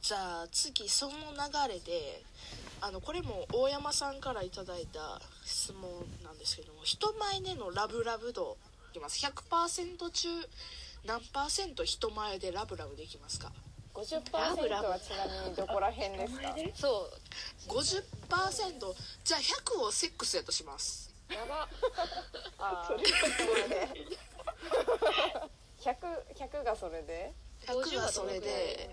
じゃあ次その流れであのこれも大山さんからいただいた質問なんですけども人前でのラブラブ度いきます100%中何パーセント人前でラブラブできますか50%はちなみにどこら辺ですかそう50%じゃあ100をセックスやとしますやばあ ーそれで 100, 100がそれで100はそれで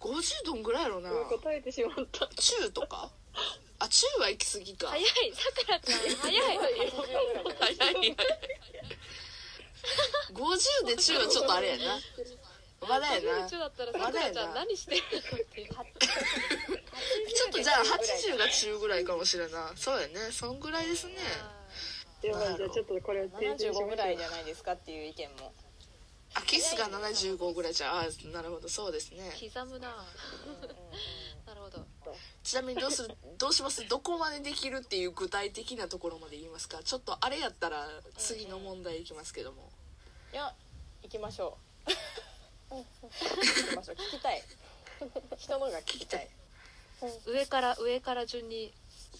50どんぐらいやろな答えてしまった中とかあ中は行き過ぎか早いさくらちゃん早い早い早い50で中はちょっとあれやなまだやなち中だったらさくらちゃん何してるのっていょうっとじゃあ80が中ぐらいかもしれんなそうやねそんぐらいですねではじゃあちょっとこれを訂正しまし75ょうぐらいじゃないですかっていう意見もあキスが75ぐらいじゃああなるほどそうですね刻むななるほどちなみにどうするどうしますどこまでできるっていう具体的なところまで言いますかちょっとあれやったら次の問題いきますけどもいや行きましょう行きましょう聞きたい人のが聞きたい上から上から順に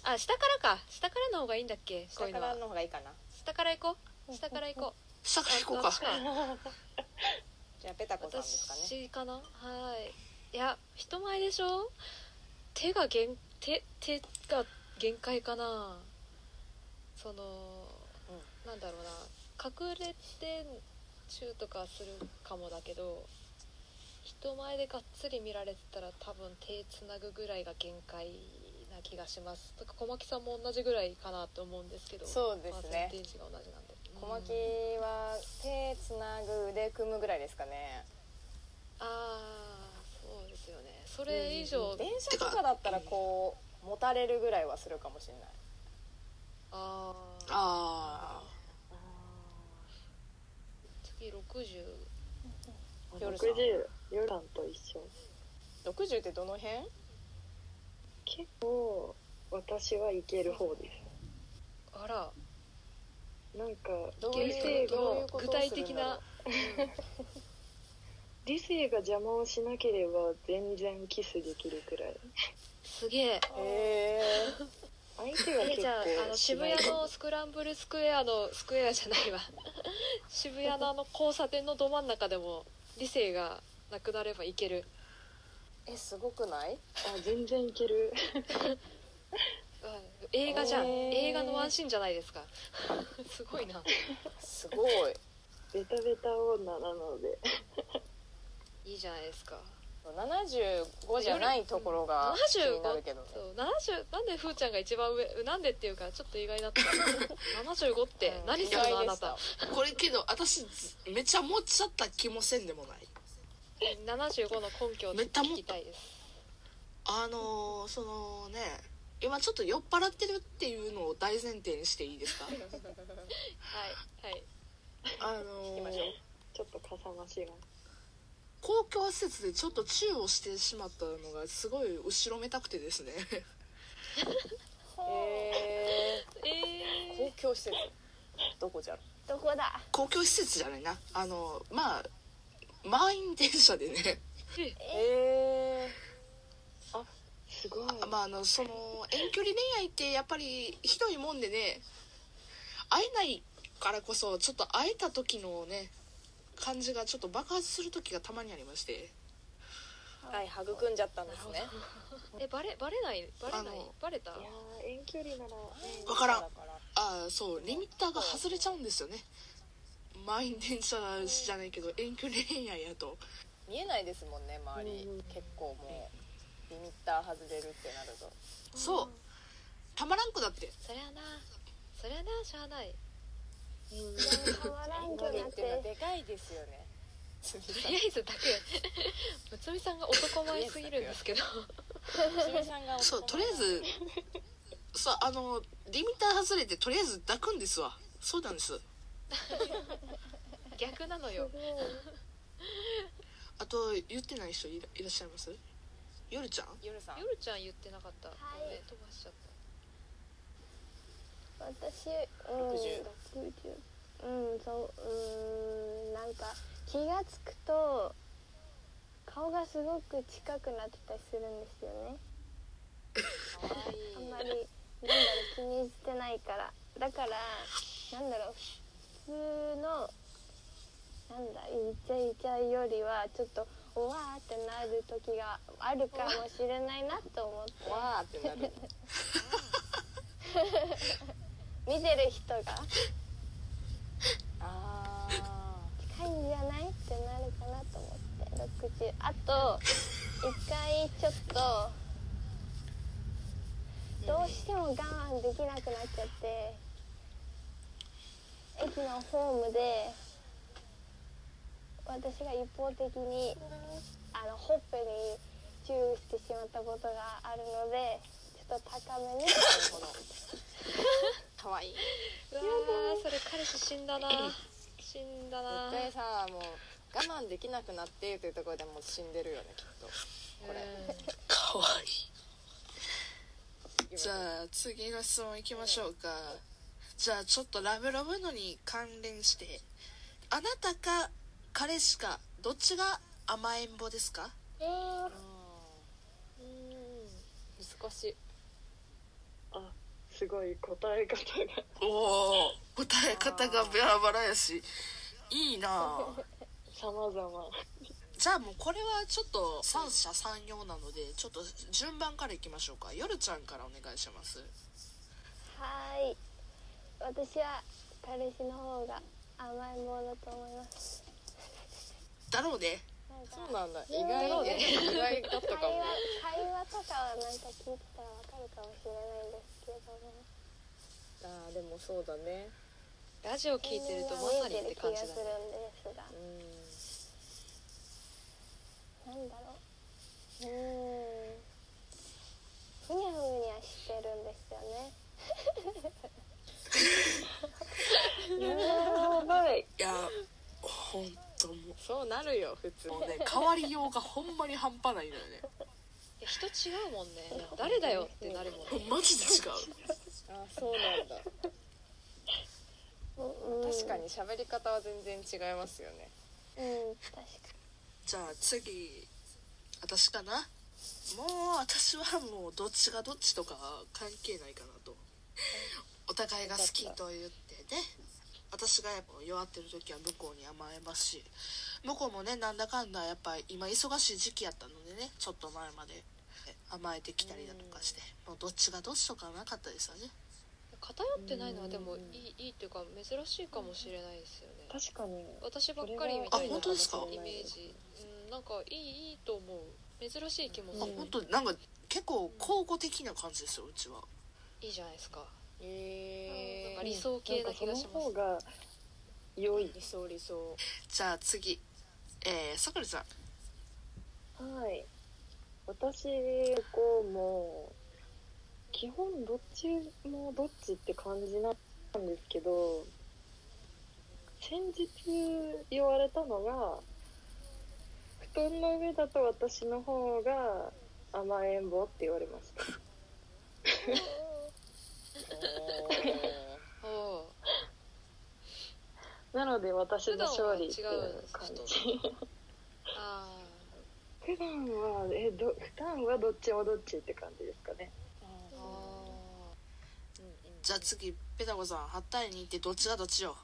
あ下からか下からの方がいいんだっけこ下ういうかのらはの方がいいかな下から行こう下から行こう下からあ行こうか私かじゃあペタコさんですかね私かなはいいや人前でしょ手が限手手が限界かなその、うなんだろうな隠れてチューとかするかもだけど人前でがっつり見られてたら多分手つなぐぐらいが限界な気がしますとか小牧さんも同じぐらいかなと思うんですけどそうですねパーセンテージが同じなんで小牧うんは手つなぐ腕組むぐらいですかねああそうですよねそれ以上、電車とかだったらこう持たれるぐらいはするかもしれないあああ次60夜さん60夜さんと一緒60ってどの辺結構私はいける方であらすなんかどう理い性うどういうがこと具をするんだろう体的な理性が邪魔をしなければ全然キスできるくらいすげええ相手がえ結じゃああ構のし渋ない谷のスクランブルスクエアのスクエアじゃ ないわ渋谷のあの交差点のど真ん中でも理性がなくなればいけるー、えすごくないあ全然いけるうん映画じゃん、えー映画のワンシーンじゃないです かすごいなすごいベタベタ女なのでいいじゃないですか75じゃないところが気になるけどねそう70なんでふーちゃんが一番上なんでっていうかちょっと意外だった75ってうん何する意の外あでなしたたあこれけど私ずめちゃ持っちゃった気もせんでもない75の根拠をめっちゃ持聞っきたたいですあのーそのね今ちょっと酔っ払ってるっていうのを大前提にしていいです かはいはいあ聞きのまーしょうちょっとかさ増しが公共施設でちょっとチューをしてしまったのがすごい後ろめたくてですね えー、え公共施設どこじゃろどこだ公共施設じゃないなあのまあ満員電車でねえすごいあまああのその遠距離恋愛ってやっぱりひどいもんでね会えないからこそちょっと会えた時のね感じがちょっと爆発する時がたまにありましてー、はい育んじゃったんですねえバレバレないバレないあのバレたいやー遠距離なら、ねわからんだらああそうリミッターが外れちゃうんですよね満員電車じゃないけど遠距離恋愛やと見えないですもんね周り、うん結構もうリミッター外れるってなるとそうたまらんくだってそりゃなそりゃなしゃあない遠距離っていうのはでかいですよ ねつみとりあえずだけむつみさんが男前すぎるんですけどさんがそうとりあえずそうあのリミッター外れてとりあえず抱くんですわそうなんです逆なのよあと言ってない人いらいらっしゃいます夜ちゃん夜さん夜ちゃん言ってなかった、はいごめん飛ばしちゃっ私60うん60うんそううんなんか気がつくと顔がすごく近くなってたりするんですよね可愛あんいまりなんだろう気にしてないからだからなんだろう普通のなんだイチャイチャよりはちょっとおわーってなる時があるかもしれないなと 思ってわーってなる見てる人があ近いんじゃないってなるかなと思って60あと一回ちょっとどうしても我慢できなくなっちゃって駅のホームで私が一方的にあのほっぺにチューしてしまったことがあるのでちょっと高めにーなるほどかわいいうわーそれ彼氏死んだな死んだな絶対さもう我慢できなくなってというところでもう死んでるよねきっとこれうかわいい じゃあ次の質問いきましょうかじゃあちょっとラブラブのに関連してあなたか彼氏かどっちが甘えん坊ですかえーんうん難しいあすごい答え方が おお答え方がバラバラやしいいな様々じゃあもうこれはちょっと三者三様なのでちょっと順番からいきましょうか夜ちゃんからお願いしますはーい私は彼氏の方が甘いものだと思いますだろうねなんかそうなんだ意外ね意外だった会か話も会話とかはなんか聞いてたらわかるかもしれないんですけどもあーでもそうだねラジオ聞いてるとまさにって感じだ気がするねんですがうんなんだろううーんふにゃふにゃしてるんですよねやばいいやほんともそうなるよ普通うもうね変わりようがほんまに半端ないのよねいや人違うもんね誰だよってなるもんねマジで違うあーそうなんだうん確かに喋り方は全然違いますよねうん確かじゃあ次私かなもう私はもうどっちがどっちとか関係ないかなとお互いが好きと言ってね私がやっぱ弱ってる時は向こうに甘えますし向こうもねなんだかんだやっぱり今忙しい時期やったのでねちょっと前まで甘えてきたりだとかしてもうどっちがどっちとかはなかったですよね偏ってないのはでもいいいいっていうか珍しいかもしれないですよね確かに私ばっかりみたあいな本当ですかイメージ、うん、なんかいいいいと思う珍しい気もあする、本当なんか結構交互的な感じですようちはいいじゃないですかへなんえか理想系な気がしなんかそのま方すが良い理想理想じゃあ次えー、さくらちゃんはい私こうもう基本どっちもどっちって感じなんですけど先日言われたのが布団の上だと私の方が甘えん坊って言われましたにおおなので私の勝利っていう感じああ 普段はえど普段はどっちもどっちって感じですかねあーじゃあ次ペタコさん8対2ってどっちがどっちよ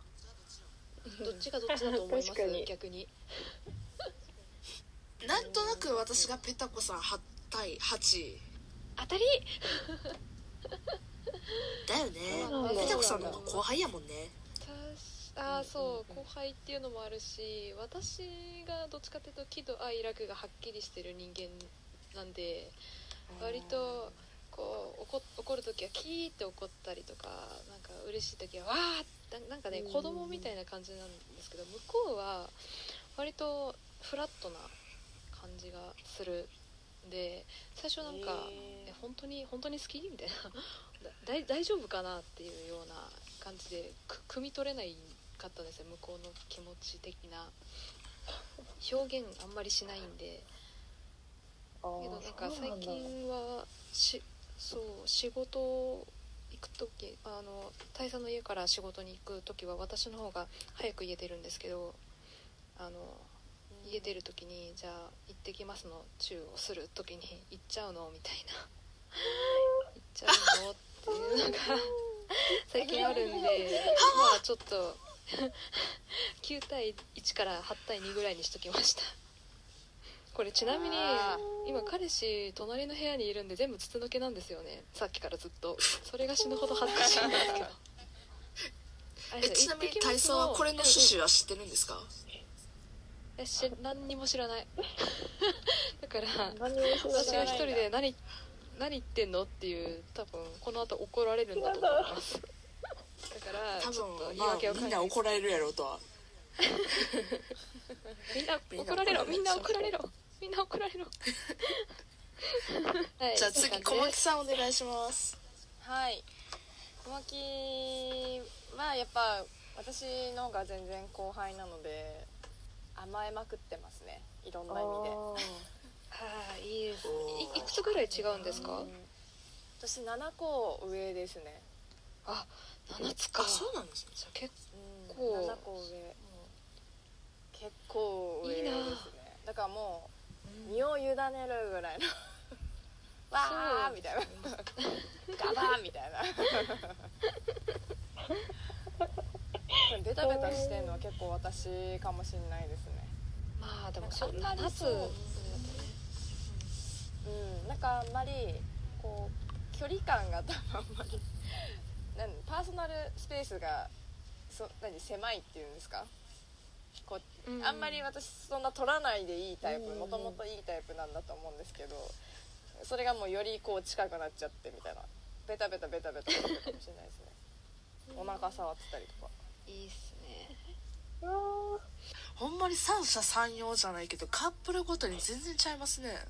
どっちがどっちだと思います確かに逆になんとなく私がペタコさん8対8当たりだよねそうなんだペタコさんの方が後輩やもんねたしあーそう後輩っていうのもあるし私がどっちかっていうと喜怒哀楽がはっきりしてる人間なんで割とこう怒怒る時はキーって怒ったりとかなんか嬉しい時はわーってななんかねうん子供みたいな感じなんですけど向こうは割とフラットな感じがするんで最初なんか「え本当に本当に好き?」みたいな だ大大丈夫かなっていうような感じでく汲み取れないかったですね向こうの気持ち的な表現あんまりしないんであけどなんーかそうな最んだ近はしそう仕事行く時あの大佐の家から仕事に行く時は私の方が早く家出るんですけどあの家出る時にじゃあ行ってきますのチューをする時に行っちゃうのみたいな行っちゃうのっていうのが最近あるんでまあちょっと9対1から8対2ぐらいにしときましたこれちなみにあ今彼氏隣の部屋にいるんで全部筒抜けなんですよねさっきからずっとそれが死ぬほど恥ずかしいんですけどあ れえですちよなみに行ってきますの体操はこれの趣旨は知ってるんですかえし何にも知らない だから何をし私なががら一人で何「何言ってんの?」っていう多分この後怒られるんだと思いますだから多ちょっと分、言いま訳をあ、考みえんてな怒られるやろうとはみんなみんな怒られろみみんんなな怒怒らられれろみんな怒られろはいじゃあそんな次感小じで牧さんお願いしますはい小牧はやっぱ私の方が全然後輩なので甘えまくってますねいろんな意味でああいいですおいいくつぐらい違うんですか私7個上ですね、あ七つかあそうなんですねじゃあ結うこう7個上結構上いいですなねあだからもう構身を委ねるぐらいのわーみたいなガバーみたいなベタベタしてんのは結構私かもしんないですねまあでもなんかそあんんまなり立つそううん、なんかあんまりこう距離感が多分あんまりなんパーソナルスペースがそ何狭いっていうんですかこう、あんまり私そんな取らないでいいタイプもともといいタイプなんだと思うんですけどそれがもうよりこう近くなっちゃってみたいなベタベタベタベタしてるかもしれないですねお腹触ってたりとかいいっすねほんまに三者三様じゃないけどカップルごとに全然ちゃいますね